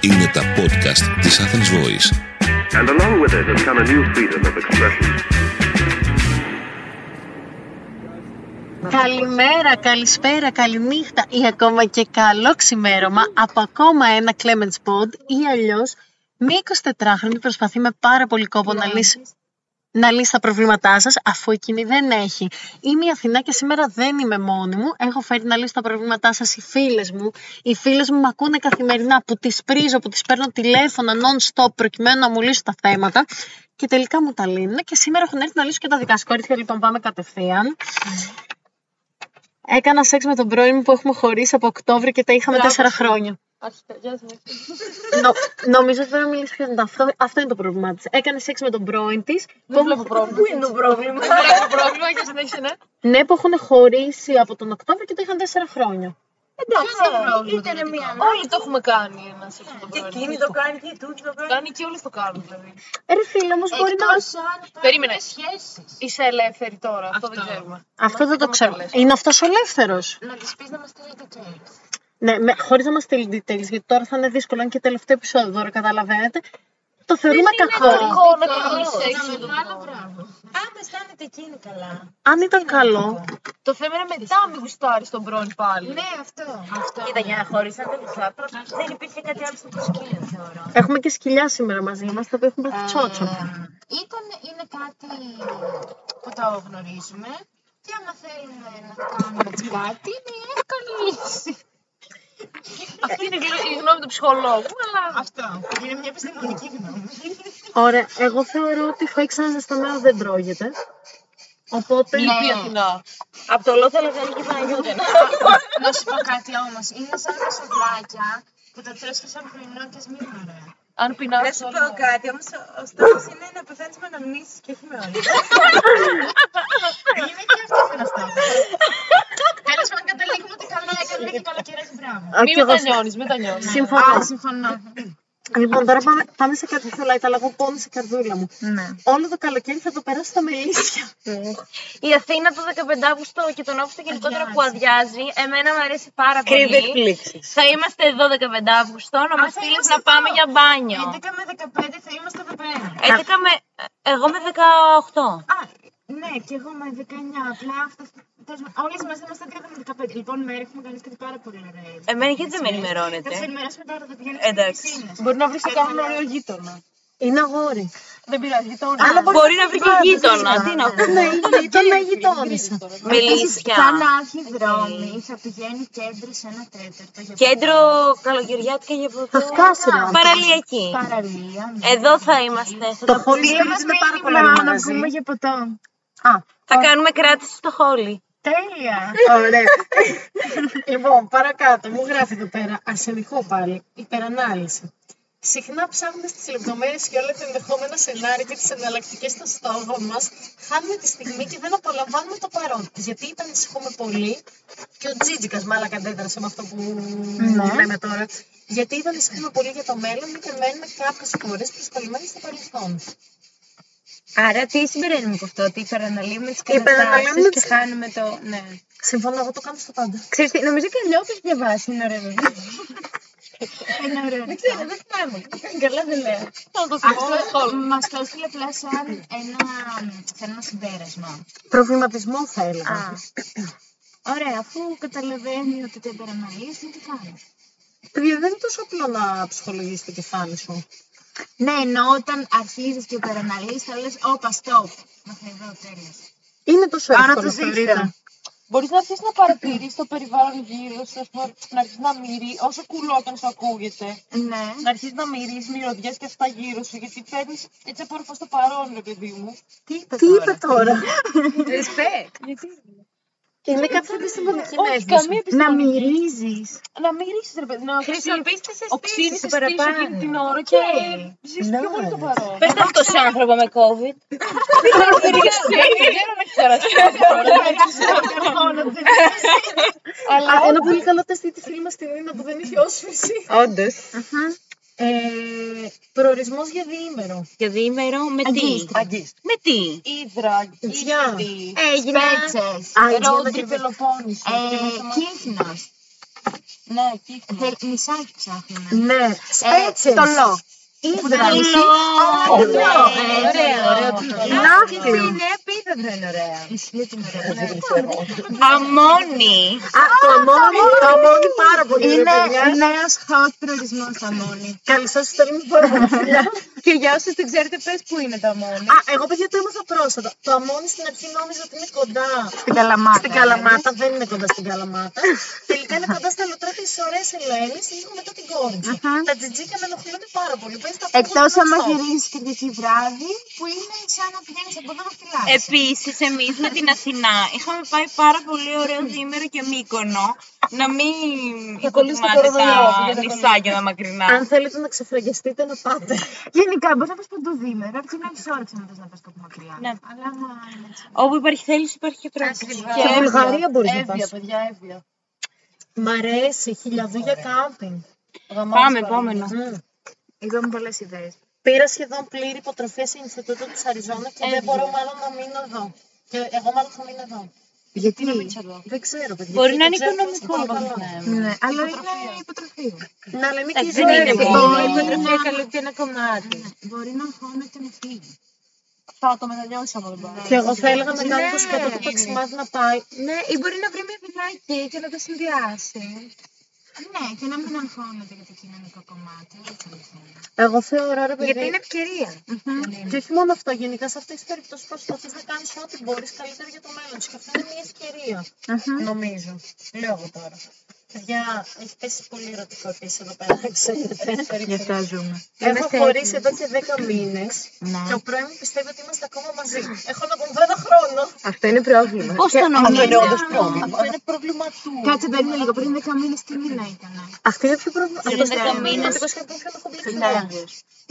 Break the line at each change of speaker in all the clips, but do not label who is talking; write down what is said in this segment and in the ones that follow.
Είναι τα podcast της Athens Voice.
And along with it has come a new freedom of expression.
Καλημέρα, καλησπέρα, καληνύχτα ή ακόμα και καλό ξημέρωμα από ακόμα ένα Clemens Pod ή αλλιώς μία 24χρονη προσπαθεί με πάρα πολύ κόπο να λύσει να λύσει τα προβλήματά σας αφού εκείνη δεν έχει. Είμαι η Αθηνά και σήμερα δεν είμαι μόνη μου. Έχω φέρει να λύσω τα προβλήματά σας οι φίλες μου. Οι φίλες μου με ακούνε καθημερινά που τις πρίζω, που τις παίρνω τηλέφωνα non-stop προκειμένου να μου λύσουν τα θέματα. Και τελικά μου τα λύνουν και σήμερα έχουν έρθει να λύσουν και τα δικά σας. Κορίτσια, λοιπόν, πάμε κατευθείαν. Έκανα σεξ με τον πρώην μου που έχουμε χωρίσει από Οκτώβριο και τα είχαμε
Μπράβο
τέσσερα
σου.
χρόνια.
Αρχικά, γεια σου.
Νο, νομίζω ότι πρέπει να μιλήσει πιο μετά. Αυτό, αυτό είναι το πρόβλημά της. Έκανε σεξ με τον πρώην της.
Δεν βλέπω πρόβλημα.
Πού είναι το πρόβλημα.
Δεν βλέπω πρόβλημα και συνέχισε, ναι.
ναι, που έχουν χωρίσει από τον Οκτώβριο και το είχαν τέσσερα χρόνια.
Εντάξει,
ήταν μία.
Όλοι το έχουμε κάνει ένα σε αυτό το
Και
πράγμα.
εκείνη το κάνει και τούτη το κάνει.
Κάνει και όλες το κάνουν. Δηλαδή.
Ε, ρε φίλε, όμως μπορεί να.
Εκτός αν
Περίμενε.
υπάρχουν σχέσεις.
Είσαι ελεύθερη τώρα, αυτό, δεν ξέρουμε.
Αυτό δεν το
Ακόμα
ξέρω.
καλές.
Είναι αυτός ελεύθερος.
Να της πεις να μας στείλει details.
Ναι, με, χωρίς να μας στείλει details, γιατί τώρα θα είναι δύσκολο, αν και τελευταίο επεισόδιο τώρα, καταλαβαίνετε. Το θεωρούμε κακό.
Κακό να
Καλό,
κάνουμε
ένα
σεξ με τον
μεγάλο
πρώην.
πράγμα. Άμα αισθάνεται εκείνη καλά.
Αν ήταν καλό,
Το θέμα είναι μετά μην γουστάρεις τον πρώην πάλι.
Ναι, αυτό. Κοίτα, για να χωρίσαν δεν ξέρω. Δεν υπήρχε κάτι άλλο στο σκύλο, θεωρώ.
έχουμε και σκυλιά σήμερα μαζί μας, τα οποία έχουν
Ε.
πάθει τσότσο.
Ήταν, είναι κάτι που το γνωρίζουμε και άμα θέλουμε να κάνουμε έτσι κάτι, είναι η εύκολη λύση.
Αυτή είναι η γλυ- η γνώμη του ψυχολόγου, αλλά.
Αυτό. Είναι μια επιστημονική γνώμη.
Ωραία, εγώ θεωρώ ότι φάει ξανά ζεσταμένο δεν τρώγεται. Οπότε.
Λυπή Αθηνά.
Από το λόγο θέλω να Παναγιούτενα. Να σου πω κάτι όμως. Είναι σαν τα σοβλάκια που τα τρως και σαν πρωινό και σμίγμα ωραία.
Αν πεινάς.
Να σου πω κάτι όμως. Ο στόχος είναι να πεθάνει με αναμνήσεις και όχι με όλα. Είναι και αυτό ένα στόχο. Τέλο πάντων, καταλήγουμε ότι καλά έκανε και καλοκαιρέ μπράβο.
Α,
Μην
και εγώ
μετανιώνει, μετανιώνεις.
Συμφωνώ.
συμφωνώ.
Λοιπόν, τώρα πάμε, πάμε σε κάτι που αλλά εγώ πόνι σε καρδούλα μου.
Ναι.
Όλο το καλοκαίρι θα το περάσω στα μελίσια.
Η Αθήνα το 15 Αύγουστο και τον Αύγουστο γενικότερα που αδειάζει, εμένα μου αρέσει πάρα πολύ.
εκπλήξεις.
Θα είμαστε εδώ 15 Αύγουστο να μας
θα
στείλεις
είμαστε
να πάμε
εδώ.
για μπάνιο.
11 με 15 θα είμαστε εδώ πέρα.
11 με. Εγώ με 18.
Α, ναι, και εγώ με 19. Απλά αυτό. Όλες μας είμαστε 11 με 15. Λοιπόν, μέρα έχουμε κάνει κάτι πάρα πολύ ωραίο.
Εμένα γιατί δεν με
Θα σε
ενημερώνετε.
ενημερώσουμε τώρα, θα πηγαίνει.
Ε. Εντάξει.
Μπορεί να βρεις και κάποιον ωραίο γείτονα.
Είναι αγόρι.
Δεν πειράζει, γείτονα.
Αλλά
Μπορεί να βρει και γείτονα. Τι να πω.
Ναι, ήταν να γειτόνισα.
Σαν
Μελίσια.
άρχιοι δρόμοι, θα πηγαίνει κέντρο σε ένα τέταρτο. για
Κέντρο καλοκαιριάτικα για ποτέ.
σκάσει, ρε, άνθρωπο.
Παραλιακή.
Παραλία. ναι.
Εδώ θα είμαστε. Θα,
Το
τα-
χολί είναι πάρα πολύ ωραίο
να
μαγαζί.
πούμε για ποτό.
Α,
θα κάνουμε κράτηση στο χόλι.
Τέλεια.
Ωραία. λοιπόν, παρακάτω. Μου γράφει εδώ πέρα αρσενικό πάλι. Υπερανάλυση. Συχνά ψάχνοντα τι λεπτομέρειε και όλα τα ενδεχόμενα σενάρια και τις εναλλακτικές στο στόμα μας, χάνουμε τη στιγμή και δεν απολαμβάνουμε το παρόν. Γιατί ήταν ανησυχούμε πολύ και ο Τζίτζικας μάλλον κατέδρασε με αυτό που λέμε τώρα. Γιατί ήταν ανησυχούμε πολύ για το μέλλον και μένουμε κάποιες φορές προσκολλημένοι στο παρελθόν.
Άρα τι συμπεραίνουμε από αυτό, ότι υπεραναλύουμε τις
Υπεραναλύουμε
καταστάσεις και
τις-
χάνουμε το... Ναι.
Συμφωνώ, εγώ το κάνω στο πάντα.
Ξέρεις τι, νομίζω και λέω όπως διαβάσει, είναι ωραίο. Είναι ωραίο. Δεν ξέρω, δεν θυμάμαι. Καλά δεν λέω. Αυτό μας το έστειλε απλά σαν ένα, σαν ένα συμπέρασμα.
Προβληματισμό θα έλεγα.
Ωραία, αφού καταλαβαίνει ότι το υπεραναλύεις, τι κάνεις.
Παιδιά, δεν είναι τόσο απλό να ψυχολογήσει το κεφάλι σου.
Ναι, ενώ όταν αρχίζεις και υπεραναλύεις, θα λες, όπα, stop. Μα θα εδώ, τέλος.
Είναι τόσο
Άρα
εύκολο.
το
θεωρείτε.
ζήτησα.
Μπορείς να αρχίσεις να παρατηρείς το περιβάλλον γύρω σου, ας πούμε, να αρχίσεις να μυρίζει, όσο κουλόταν σου ακούγεται,
Ναι.
να αρχίσεις να μυρίζεις μυρωδιές και αυτά γύρω σου, γιατί παίρνεις έτσι απόρροφα στο παρόν, ρε παιδί μου.
Τι είπες τώρα.
Respect.
Είναι κάποια επιστημονική
Όχι,
Να
καμία επιστήμη.
μυρίζεις.
Να μυρίσει, ρε παιδί μου.
Χρησιμοποιήστε σε
Οξύνει
αισθήσεις
την εκείνη την ώρα και ζεις πιο πολύ το παρόν.
Πες αυτό σε άνθρωπο με COVID.
Δεν έχει περάσει.
Αλλά ένα πολύ καλό τεστ για τη φίλη μα την Νίνα που δεν είχε όσφυση. Όντω.
Ε, προορισμός για διήμερο.
Για διήμερο με τι.
Αγκίστρια.
Αγκίστρια.
Με τι.
Ήδρα,
Γεια.
Ήδη.
Έγινε.
Σπέτσες.
Ρόντρι
Ρόδρυ,
Πελοπόννησο.
ε,
Και μετά-
Κύκνας.
Ναι, Κύκνη.
Θε- Μισάκι ψάχνουμε.
Ναι.
Σπέτσες.
Το λό. Ήδρα. Ναι,
Ωραίο, ωραίο.
Νάφλιο.
Είναι επίπεδο είναι ωραία.
Αμόνι.
Α, το αμόνι, το αμόνι πάρα πολύ ωραίο, παιδιά.
Είναι νέος hot προορισμός τα μόνη.
Καλή σας στέλνουμε πάρα πολλά φιλιά.
Και για όσους δεν ξέρετε πες που είναι τα μόνη.
Α, εγώ παιδιά το έμαθα πρόσφατα. Το αμόνι στην αρχή νόμιζα ότι είναι κοντά
Στην Καλαμάτα.
στην Καλαμάτα. Δεν είναι κοντά στην Καλαμάτα. Τελικά είναι κοντά στα λουτρά τη ωραία Ελένη, λίγο μετά την Κόριτσα. Τα τζιτζίκια με ενοχλούνται πάρα πολύ. Πες τα
Εκτός
φούτρα
άμα
αυτό.
γυρίσεις Κυριακή βράδυ, που είναι σαν να πηγαίνεις από εδώ να φυλάσσεις.
Επίσης, εμείς με την Αθηνά είχαμε πάει πάρα πολύ ωραίο διήμερο και μήκονο. Να μην υποτιμάτε τα νησάκια τα μακρινά.
Αν θέλετε να ξεφραγιστείτε, να πάτε.
Γενικά μπορείς να πας παντού διήμερο, έτσι να έχεις όρεξη να πας να πας κάπου μακριά.
Ναι.
Αλλά άμα είναι έτσι.
Όπου υπάρχει θέληση, υπάρχει και τρόπος.
Και
Και-
Βουλγαρία μπορείς να
Εύβοια,
πας.
παιδιά, εύβοια.
Μ' αρέσει, χιλιαδού για κάμπινγκ.
Πάμε, επόμενο.
Μμμ.
Είδαμε πολλές ιδέες.
Πήρα σχεδόν πλήρη υποτροφία σε Ινστιτούτο της Αριζόνα και δεν μπορώ μάλλον να μείνω εδώ. Και εγώ μάλλον θα μείνω εδώ.
Γιατί
Δεν ξέρω, παιδιά.
Μπορεί
δεν
να είναι
ξέρω τι θα
οικονομικό.
σας πω, καλά.
Ναι, αλλά είναι υποτροφία.
Ναι, αλλά είναι και η
Δεν
ζωή.
είναι
ρε,
μόνο.
παιδιά.
Η
υποτροφία
καλύπτει ένα κομμάτι.
Ναι, Μπορεί να χώνεται να φύγει.
Θα το μετανιώσει άμα δεν πάει.
Και εγώ θα έλεγα μετά
Ναι.
από το σκέτο του παξιμάδι να πάει.
Ναι, ή μπορεί να βρει μια φυλακή και να το συνδυάσει. Ναι, και να μην αγχώνεται για το κοινωνικό κομμάτι.
Εγώ θεωρώ, ρε παιδί.
Γιατί είναι ευκαιρία.
Και όχι μόνο αυτό, γενικά σε αυτές τις περιπτώσεις προσπαθείς να κάνεις ό,τι μπορείς καλύτερα για το μέλλον σου. Και αυτό είναι μια ευκαιρία. Νομίζω. Λέω εγώ τώρα. Παιδιά, έχει πέσει πολύ ερωτικό επίση εδώ πέρα, να ξέρετε.
Γι' αυτά ζούμε.
Έχω χωρίσει εδώ και 10 μήνε και ο πρώην μου πιστεύει ότι είμαστε ακόμα μαζί. Έχω να τον δω ένα χρόνο.
Αυτό είναι πρόβλημα.
Πώς το νομίζετε.
Αυτό είναι πρόβλημα του.
Κάτσε, περίμενε λίγο. Πριν 10 μήνες τι μήνα ήταν.
Αυτή είναι πιο πρόβλημα.
Πριν 10 μήνες.
Εγώ σχεδόν είχα το κομπλεξικό.
Ναι.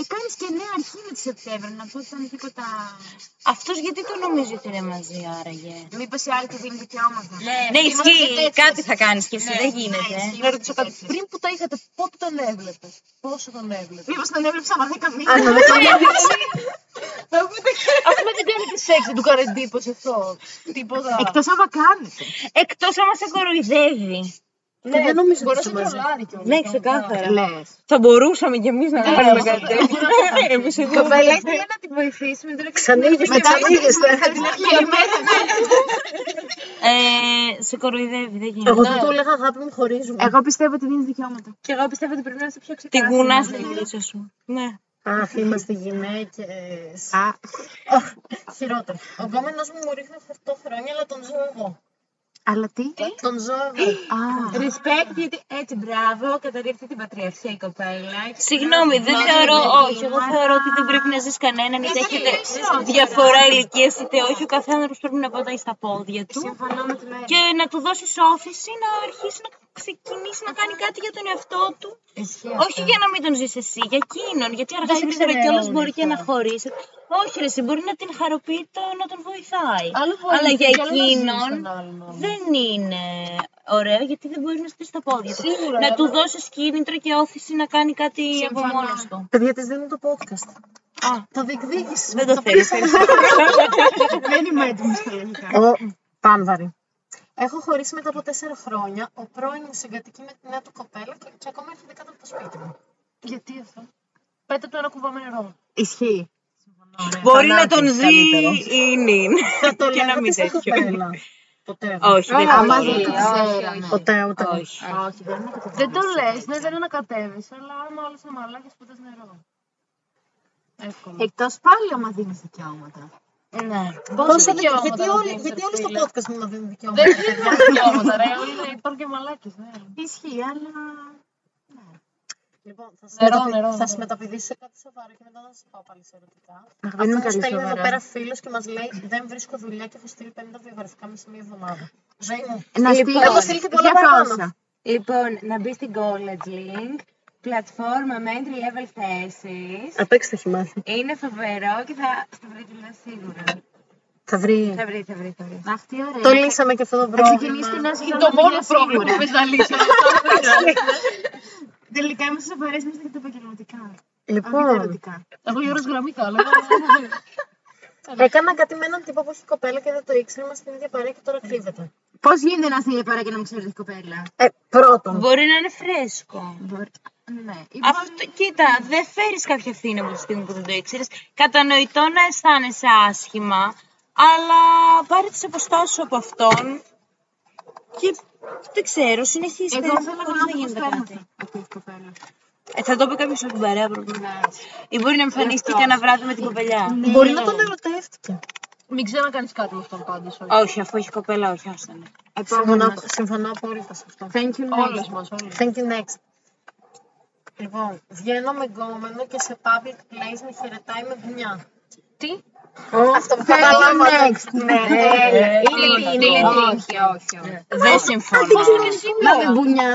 Ε, κάνεις και νέα αρχή με τη Σεπτέμβρη, να πω ότι ήταν τίποτα...
Αυτός γιατί το νομίζει ότι είναι μαζί, άραγε.
Μήπως η άλλη του δίνει δικαιώματα.
Ναι, ισχύει. Κάτι θα κάνεις και
Ναι,
εσύ. Δεν γίνεται. ε.
Να ρωτήσω κάτι. Πριν που τα είχατε, πότε τον έβλεπες. Πόσο τον έβλεπες.
Μήπως τον έβλεψα ανά 10 μήνες.
Άμα ναι, δεν κάνω
Αυτό δεν κάνει σεξ, δεν του κάνει εντύπωση αυτό. Τίποτα.
Εκτός άμα κάνετε.
Εκτός άμα σε κοροϊδεύει.
ναι, δεν νομίζω ότι
Μπορεί να
είσαι
σε
μαζί.
τρολάρει κιόλας.
Ναι, ξεκάθαρα.
Λες.
Θα μπορούσαμε κι εμείς να κάνουμε κάτι τέτοιο. Εμείς εδώ.
Κοπελέστε για να την βοηθήσουμε τώρα.
Ξανήγεστε, ξανήγεστε.
Ε, Σε κοροϊδεύει, δεν γίνεται.
Εγώ δεν το έλεγα αγάπη μου χωρίζουμε.
Εγώ πιστεύω ότι δίνει δικαιώματα.
Και εγώ πιστεύω ότι πρέπει να είσαι πιο ξεκάθαρη. Την κουνάς στην γλίτσα σου. Ναι.
Αχ, είμαστε γυναίκες.
Α,
Χειρότερα. Ο γκόμενος μου μου ρίχνει 8 χρόνια, αλλά τον ζω εγώ.
αλλά τι.
Τον ζω εγώ.
Α,
Respect, γιατί έτσι μπράβο, καταρρύπτει την πατριαρχία η κοπέλα.
Συγγνώμη, δεν θεωρώ, όχι, εγώ θεωρώ ότι δεν πρέπει να ζεις κανέναν, είτε έχετε διαφορά ηλικία είτε όχι, ο καθένας πρέπει να πατάει στα πόδια του
συμφωνώ με τη Μέρα.
και να του δώσεις όφηση να αρχίσει να ξεκινήσει να κάνει κάτι για τον εαυτό του. Όχι για να μην τον ζεις εσύ, για εκείνον, γιατί αργά ή γρήγορα κιόλας μπορεί και να χωρίσει. Όχι ρε, εσύ, μπορεί να την χαροποιεί το να τον βοηθάει. Αλλά για εκείνον δεν είναι ωραίο γιατί δεν μπορείς να στήσει τα πόδια του. Να του δώσεις κίνητρο και όθηση να κάνει κάτι από μόνος του.
Παιδιά της δίνω το podcast.
Α.
Το διεκδίκησες.
Δεν το θέλεις.
Δεν είμαι έτοιμη στα ελληνικά.
Πάνδαρη. Έχω χωρίσει μετά από 4 χρόνια. Ο πρώην μου συγκατοικεί με τη νέα του κοπέλα και, και ακόμα έρχεται κάτω από το σπίτι μου.
Γιατί αυτό. Πέτα του ένα κουβά νερό.
Ισχύει.
Μπορεί να τον δει η νυν.
Θα το
Και να
λέγατε
μην
στην
τέτοιο.
κοπέλα. Ποτέ.
Όχι, δεν
Άμα
μπορεί.
δεν το ξέρανε.
Ποτέ ούτε.
Όχι.
Δεν το λες, ναι, δεν ανακατεύει, αλλά άμα όλο είναι μαλάκι, πέτα νερό. Εύκολα.
Εκτός πάλι άμα δίνεις δικαιώματα.
Πόσο δικαιώματα.
δικαιώματα
Γιατί
να
όλοι,
δίνεις,
γιατί
ρε
όλοι στο
φίλε.
podcast μου να δίνουν δικαιώματα.
Δεν είναι δικαιώματα, ρε. όλοι Υπάρχουν και μαλάκι, ναι.
Ισχύει, αλλά...
Λοιπόν, θα σα
Νερό, νερό, νερό.
μεταπηδήσω σε κάτι σοβαρό και μετά θα σας πάω πάλι σε ερωτικά.
Αχ, δεν
Αυτό
είναι
μου
καλή
στέλνει εδώ
σοβαρά.
πέρα φίλος και μας λέει: Δεν βρίσκω δουλειά και έχω στείλει 50 βιογραφικά μέσα σε μία εβδομάδα. Ζωή μου.
Λοιπόν.
Να στείλω.
έχω στείλει και πολλά
Για
παραπάνω.
πόσα.
Λοιπόν, να μπει στην College Link, πλατφόρμα με entry level θέσεις.
Απ' έξω το έχει μάθει.
Είναι φοβερό και θα, θα βρει δουλειά σίγουρα.
Θα βρει.
Θα βρει, θα βρει, θα βρει.
Αχ, τι ωραία.
Το λύσαμε και αυτό το
Θα
πρόβλημα.
ξεκινήσει την άσκηση.
Το μόνο πρόβλημα που πες να λύσεις.
Τελικά είμαστε σοβαρέ, είμαστε και τα επαγγελματικά. Όχι τα
Λοιπόν,
ερωτικά.
Εγώ γύρω γραμμή καλά.
έκανα Ε, κάτι με έναν τύπο που έχει κοπέλα και δεν το ήξερα. Είμαστε στην ίδια παρέα και τώρα κρύβεται.
Πώς γίνεται να είστε για παρά και να μην ξέρετε κοπέλα.
Ε, πρώτον.
Μπορεί να είναι φρέσκο.
Μπορεί- Ναι. Ή
Αυτό, κοίτα, δεν φέρεις κάποια ευθύνη από τη στιγμή που δεν το ήξερες. Κατανοητό να αισθάνεσαι άσχημα, αλλά πάρε τις αποστάσεις σου από αυτόν και δεν ξέρω, συνεχίστε.
Εγώ θέλω
χωρίς
να
γίνεται
πω
κάτι.
κάτι. Αυτή η κοπέλα.
Ε, θα το πει κάποιος από την παρέα, προβλήματα. Ή μπορεί να εμφανίστηκε ένα βράδυ με την κοπελιά.
Ναι.
Ε,
Μπορεί να τον ερωτεύτηκε.
Μην ξέρω να κάνεις κάτι με αυτόν πάντως.
Όχι, αφού έχει κοπέλα, όχι, άστα να.
Συμφωνώ, συμφωνώ απόλυτα σε αυτό.
Thank you,
Όλες
next.
μας, όλες.
Thank you next. Λοιπόν, βγαίνω με γκόμενο και σε public place με χαιρετάει με μπουνιά.
Τι?
Αυτό που καταλάβατε.
Ναι,
είναι
όχι, όχι. όχι.
Δεν συμφωνώ. Ε,
Να με μπουνιά.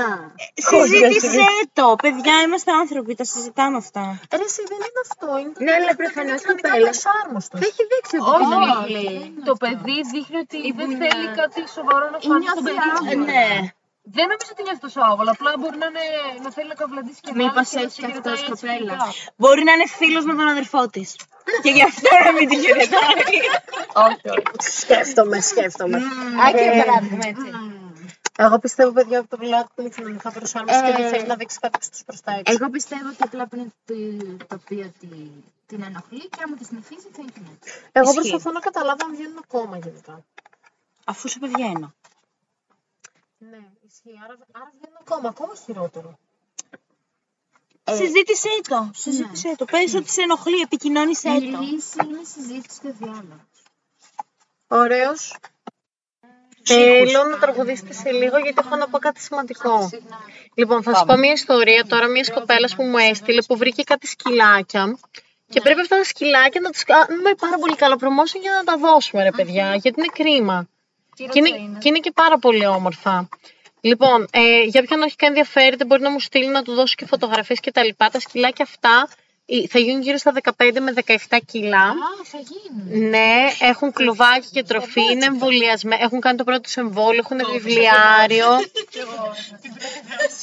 Συζήτησέ το, παιδιά, είμαστε άνθρωποι, τα συζητάμε αυτά.
Ρε εσύ δεν είναι αυτό. Είναι
Ναι, αλλά προφανώ
κανονικά
κοπέλα.
δυσάρμοστο.
Δεν έχει δείξει ότι είναι μικρή.
Όχι, το παιδί δείχνει ότι δεν θέλει κάτι σοβαρό να φανεί στον παιδί
άβολα.
του.
Ναι.
Δεν νομίζω ότι είναι αυτός άβολος, απλά μπορεί να, είναι, να θέλει να καβλαντήσει και να
Μήπως
και να
έχει και
σε χαιρετάει
αυτός
έτσι
κοπέλας.
φιλικά.
Μπορεί να είναι φίλος με τον αδερφό της. Και γι' αυτό να μην τη χαιρετάει.
Σκέφτομαι, σκέφτομαι.
Άκυρο παράδειγμα, έτσι.
Mm. Ε, Εγώ πιστεύω, παιδιά, από το blog που είναι κοινωνικά προσάρμοση και
Ε,
δεν θέλει να δείξει κάτι στους προς τα έξω.
Εγώ πιστεύω ότι απλά πριν το οποίο ότι την ενοχλεί και άμα τη συνεχίσει θα είναι.
Εγώ
ισχύει.
προσπαθώ να καταλάβω αν βγαίνουν ακόμα γενικά.
Αφού σου πηγαίνω.
Ναι, ισχύει. Άρα, άρα βγαίνουν ακόμα, ακόμα χειρότερο.
Συζήτησέ το. Ε, Ναι. Συζήτησέ το. Πες ότι σε ενοχλεί, επικοινώνησέ
Η
το.
λύση είναι συζήτηση και διάλογο.
Ωραίος. Θέλω να τραγουδήσετε σε λίγο γιατί έχω να πω κάτι σημαντικό. Λοιπόν, θα σα πω μια ιστορία τώρα μιας κοπέλας που μου έστειλε που βρήκε κάτι σκυλάκια. Και πρέπει αυτά τα σκυλάκια να τους κάνουμε πάρα πολύ καλό promotion για να τα δώσουμε, ρε παιδιά, γιατί είναι κρίμα. Και είναι, και είναι και πάρα πολύ όπλα. Λοιπόν, ε, για όποιον αρχικά ενδιαφέρεται, μπορεί να μου στείλει να του δώσω και φωτογραφίες και τα λοιπά. Τα σκυλάκια αυτά ε, θα γίνουν γύρω στα 15 με 17 κιλά.
Α, θα γίνει.
Ναι, έχουν κλουβάκι και τροφή, είναι εμβολιασμένοι. Έχουν κάνει το πρώτο τους εμβόλιο, έχουν βιβλιάριο.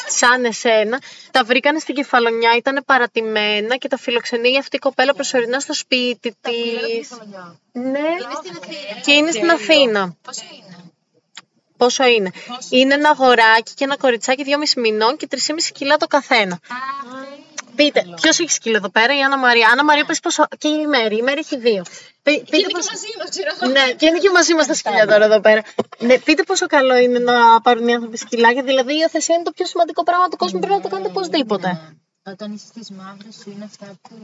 σαν εσένα. Τα βρήκανε στην κεφαλονιά, ήταν παρατημένα και τα φιλοξενεί αυτή η κοπέλα προσωρινά στο σπίτι τη. Ναι, και είναι στην Αθήνα.
Πόσο είναι.
Πόσο είναι. Είναι ένα αγοράκι και ένα κοριτσάκι 2,5 μηνών και 3,5 κιλά το καθένα. Πείτε, ποιος έχει σκύλο εδώ πέρα, η Άννα Μαρία. Άννα Μαρία, πες πόσο. και η Μέρη. Η Μέρη έχει δύο. Πε- Πείτε πόσο- ναι, και είναι και μαζί μας τα σκυλιά τώρα εδώ πέρα. Ναι, πείτε πόσο καλό είναι να πάρουν οι άνθρωποι σκυλάκια. Δηλαδή, η υιοθεσία είναι το πιο σημαντικό πράγμα του κόσμου. Πρέπει να το κάνετε οπωσδήποτε.
Όταν είσαι στις μαύρες σου είναι αυτά που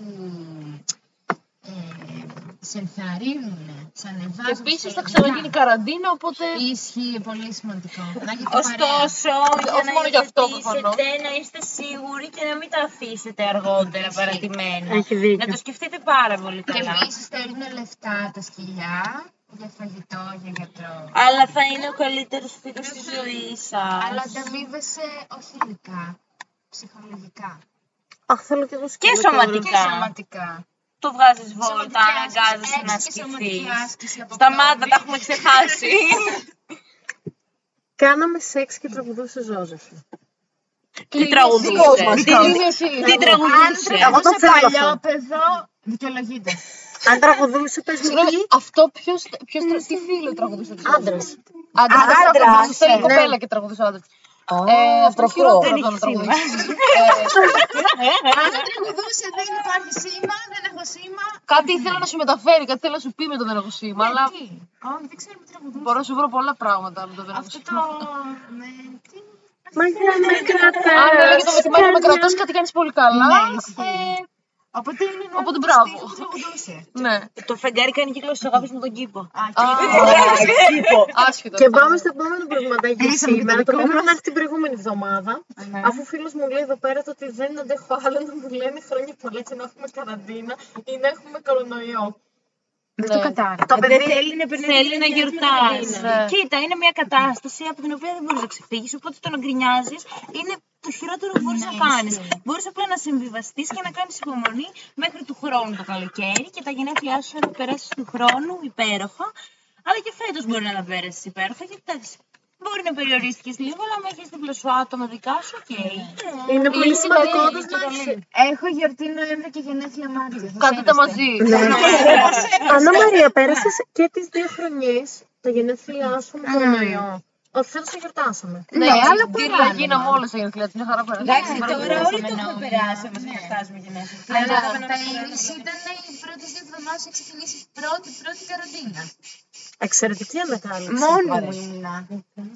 ε, σε ενθαρρύνουν, σε ανεβάζουν.
Και επίσης θα ξαναγίνει καραντίνα, οπότε.
Ισχύει, πολύ σημαντικό. Να έχετε παρέα.
Ωστόσο, για
όχι
να
μόνο γι' αυτό,
υιοθετήσετε, να είστε σίγουροι και να μην τα αφήσετε αργότερα παρατημένα.
Έχει δίκιο.
Να το σκεφτείτε πάρα πολύ
Και
καλά.
επίσης θέλουν λεφτά τα σκυλιά για φαγητό, για γιατρό.
Αλλά θα είναι ο καλύτερος φίλος της ζωής σας.
Αλλά ανταμείβεσαι όχι υλικά, ψυχολογικά
Αχ, θέλω και εγώ σκύλο.
Και
τώρα.
και
σωματικά.
σωματικά.
Το βγάζεις βόλτα,
Σωματική
αναγκάζεσαι
άσκηση,
να
έξι και
σκεφτεί.
σωματική άσκηση από
Σταμάτα,
πρώτη.
τα έχουμε ξεχάσει.
Κάναμε σεξ και τραγουδούσε Ζώζεφη.
Τι τραγουδούσε. Τι- Τι τραγουδούσε.
Εγώ το
Είσαι
θέλω αυτό.
παλιόπαιδο, δικαιολογείται.
Αν τραγουδούσε, πες μου τι.
Αυτό ποιος. Ποιος, τι φίλο τραγουδούσε.
Άντρε.
Άντρας.
Άντρας,
Άντρα. Θέλει
ναι.
κοπέλα και τραγουδούσε άντρα. Αυτό
Δεν
χειρότερο από
έχει
το να τραγουδήσει.
σήμα.
Αν τραγουδούσε δεν υπάρχει σήμα, δεν έχω σήμα.
Κάτι ήθελα να σου μεταφέρει, κάτι θέλω να σου πει με το δεν έχω σήμα, αλλά
Ε, Τι, όχι, δεν ξέρω τι τραγουδούσε.
μπορώ να σου βρω πολλά πράγματα με το δεν έχω
Αυτό
σήμα.
το... Ναι, τι...
Μαγιά με
Αν
κρατά.
έλεγε το μεθυμένο με κρατάς κάτι κάνεις πολύ καλά.
Ναι, ισχύει. Οπότε είναι ένα
Οπότε
από τους
μπράβο.
στίχους που τραγουδούσε.
Ναι.
Το φεγγάρι κάνει κύκλο στους αγάπης με τον κήπο.
Α, Άσχετο.
Και
αυτό.
πάμε στο επόμενο προβληματάκι για
Κλείσαμε και το
σήμερα. Το
δικό
οποίο
μας.
να έρθει την προηγούμενη εβδομάδα. Αφού ο φίλος μου λέει εδώ πέρα το ότι δεν αντέχω άλλο να μου λένε χρόνια πολλά και να έχουμε καραντίνα ή να έχουμε κορονοϊό.
Δεν το κατάλαβα.
Το παιδί
Θέλει να γιορτάσει.
Ναι.
Κοίτα, είναι μια κατάσταση από την οποία δεν μπορείς να ξεφύγεις. Οπότε το να γκρινιάζει είναι το χειρότερο που μπορείς να κάνει. Μπορείς απλά να συμβιβαστείς και να κάνεις υπομονή μέχρι του χρόνου το καλοκαίρι και τα γενέθλιά σου να περάσεις του χρόνου υπέροχα. Αλλά και φέτος μπορεί να τα πέρασες υπέροχα γιατί εντάξει. Μπορεί να περιορίστηκε λίγο, αλλά με έχει δίπλα άτομα δικά σου, οκ.
Είναι πολύ σημαντικό όντω να
Έχω γιορτή Νοέμβρη και γενέθλια Μάρτιο. Θα
Κάντε τα
σέβεστε.
μαζί.
Ανά Μαρία, πέρασε και τις δύο χρονιές τα γενέθλιά σου με κορονοϊό. Ότι φέτο θα γιορτάσαμε.
Ναι, αλλά
Θα
παράνομα.
γίναμε όλε τα γενέθλια τη. Μια χαρά
Εντάξει,
περάσαμε.
τώρα όλοι το έχουμε περάσει όμως να φτάσουμε γενέθλια.
Αλλά τα English ήταν οι πρώτε δύο εβδομάδε που ξεκινήσει η πρώτη, πρώτη καραντίνα.
Εξαιρετική ανακάλυψη.
Μόνο μου ήμουνα.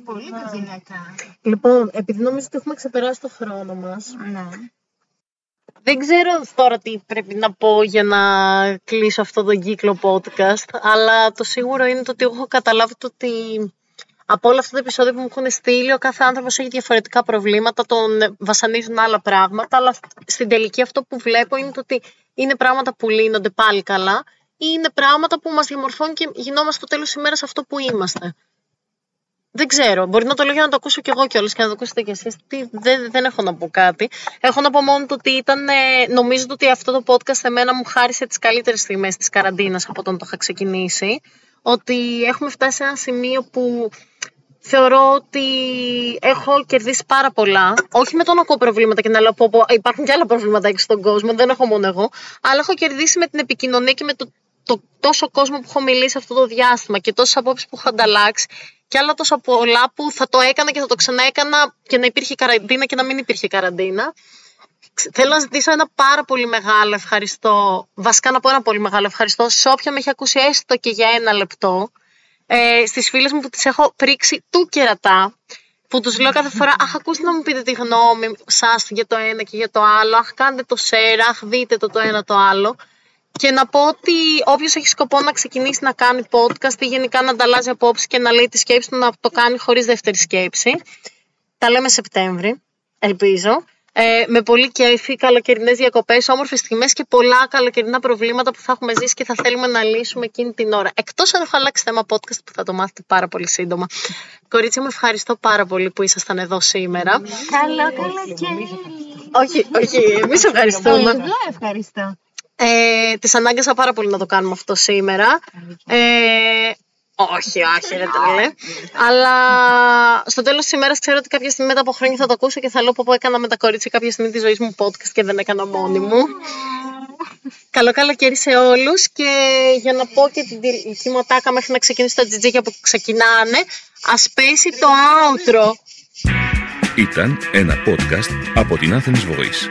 Πολύ γυναίκα.
Λοιπόν, επειδή νομίζω ότι έχουμε ξεπεράσει το χρόνο μας.
Ναι.
Δεν ξέρω τώρα τι πρέπει να πω για να κλείσω αυτό τον κύκλο podcast, αλλά το σίγουρο είναι το ότι έχω καταλάβει το ότι από όλα αυτά τα επεισόδια που μου έχουν στείλει, ο κάθε άνθρωπος έχει διαφορετικά προβλήματα, τον βασανίζουν άλλα πράγματα, αλλά στην τελική αυτό που βλέπω είναι το ότι είναι πράγματα που λύνονται πάλι καλά ή είναι πράγματα που μας διαμορφώνουν και γινόμαστε το τέλος της ημέρας αυτό που είμαστε. Δεν ξέρω. Μπορεί να το λέω για να το ακούσω κι εγώ κιόλας και να το ακούσετε κι εσείς. Δεν, δεν έχω να πω κάτι. Έχω να πω μόνο το ότι ήταν. ε, νομίζω ότι αυτό το podcast εμένα μου χάρισε τις καλύτερες στιγμές της καραντίνας από όταν το είχα ξεκινήσει. Ότι έχουμε φτάσει σε ένα σημείο που θεωρώ ότι έχω κερδίσει πάρα πολλά. Όχι με το να ακούω προβλήματα και να λέω πω, πω υπάρχουν και άλλα προβλήματα έξω στον κόσμο, δεν έχω μόνο εγώ. Αλλά έχω κερδίσει με την επικοινωνία και με το, το τόσο κόσμο που έχω μιλήσει αυτό το διάστημα και τόσες απόψεις που έχω ανταλλάξει και άλλα τόσα πολλά που θα το έκανα και θα το ξαναέκανα και να υπήρχε καραντίνα και να μην υπήρχε καραντίνα. Ξε- Θέλω να ζητήσω ένα πάρα πολύ μεγάλο ευχαριστώ, βασικά να πω ένα πολύ μεγάλο ευχαριστώ σε όποια με έχει ακούσει έστω και για ένα λεπτό ε, στις φίλες μου που τις έχω πρίξει του κερατά που τους λέω κάθε φορά αχ ακούστε να μου πείτε τη γνώμη σας για το ένα και για το άλλο αχ κάντε το share, αχ δείτε το το ένα το άλλο και να πω ότι όποιος έχει σκοπό να ξεκινήσει να κάνει podcast ή γενικά να ανταλλάζει απόψεις και να λέει τη σκέψη του να το κάνει χωρίς δεύτερη σκέψη τα λέμε Σεπτέμβρη, ελπίζω. Ε, με πολύ κέφι, καλοκαιρινές διακοπές, όμορφες στιγμές και πολλά καλοκαιρινά προβλήματα που θα έχουμε ζήσει και θα θέλουμε να λύσουμε εκείνη την ώρα. Εκτός αν έχω αλλάξει θέμα podcast που θα το μάθετε πάρα πολύ σύντομα. Κορίτσια μου, ευχαριστώ πάρα πολύ που ήσασταν εδώ σήμερα.
Καλό καλοκαίρι.
όχι, όχι, εμείς ευχαριστούμε.
Εγώ ευχαριστώ.
Ε, τις ανάγκασα πάρα πολύ να το κάνουμε αυτό σήμερα. Ε, όχι, όχι, δεν το λέω. Αλλά στο τέλος της ημέρας ξέρω ότι κάποια στιγμή μετά από χρόνια θα το ακούσω και θα λέω πω πω έκανα με τα κορίτσια κάποια στιγμή της ζωής μου podcast και δεν έκανα μόνη μου. Καλό καλοκαίρι σε όλους και για να πω και την τελική μου ατάκα μέχρι να ξεκινήσει τα τζιτζίκια που ξεκινάνε, ας πέσει το outro.
Ήταν ένα podcast από την Athens Voice.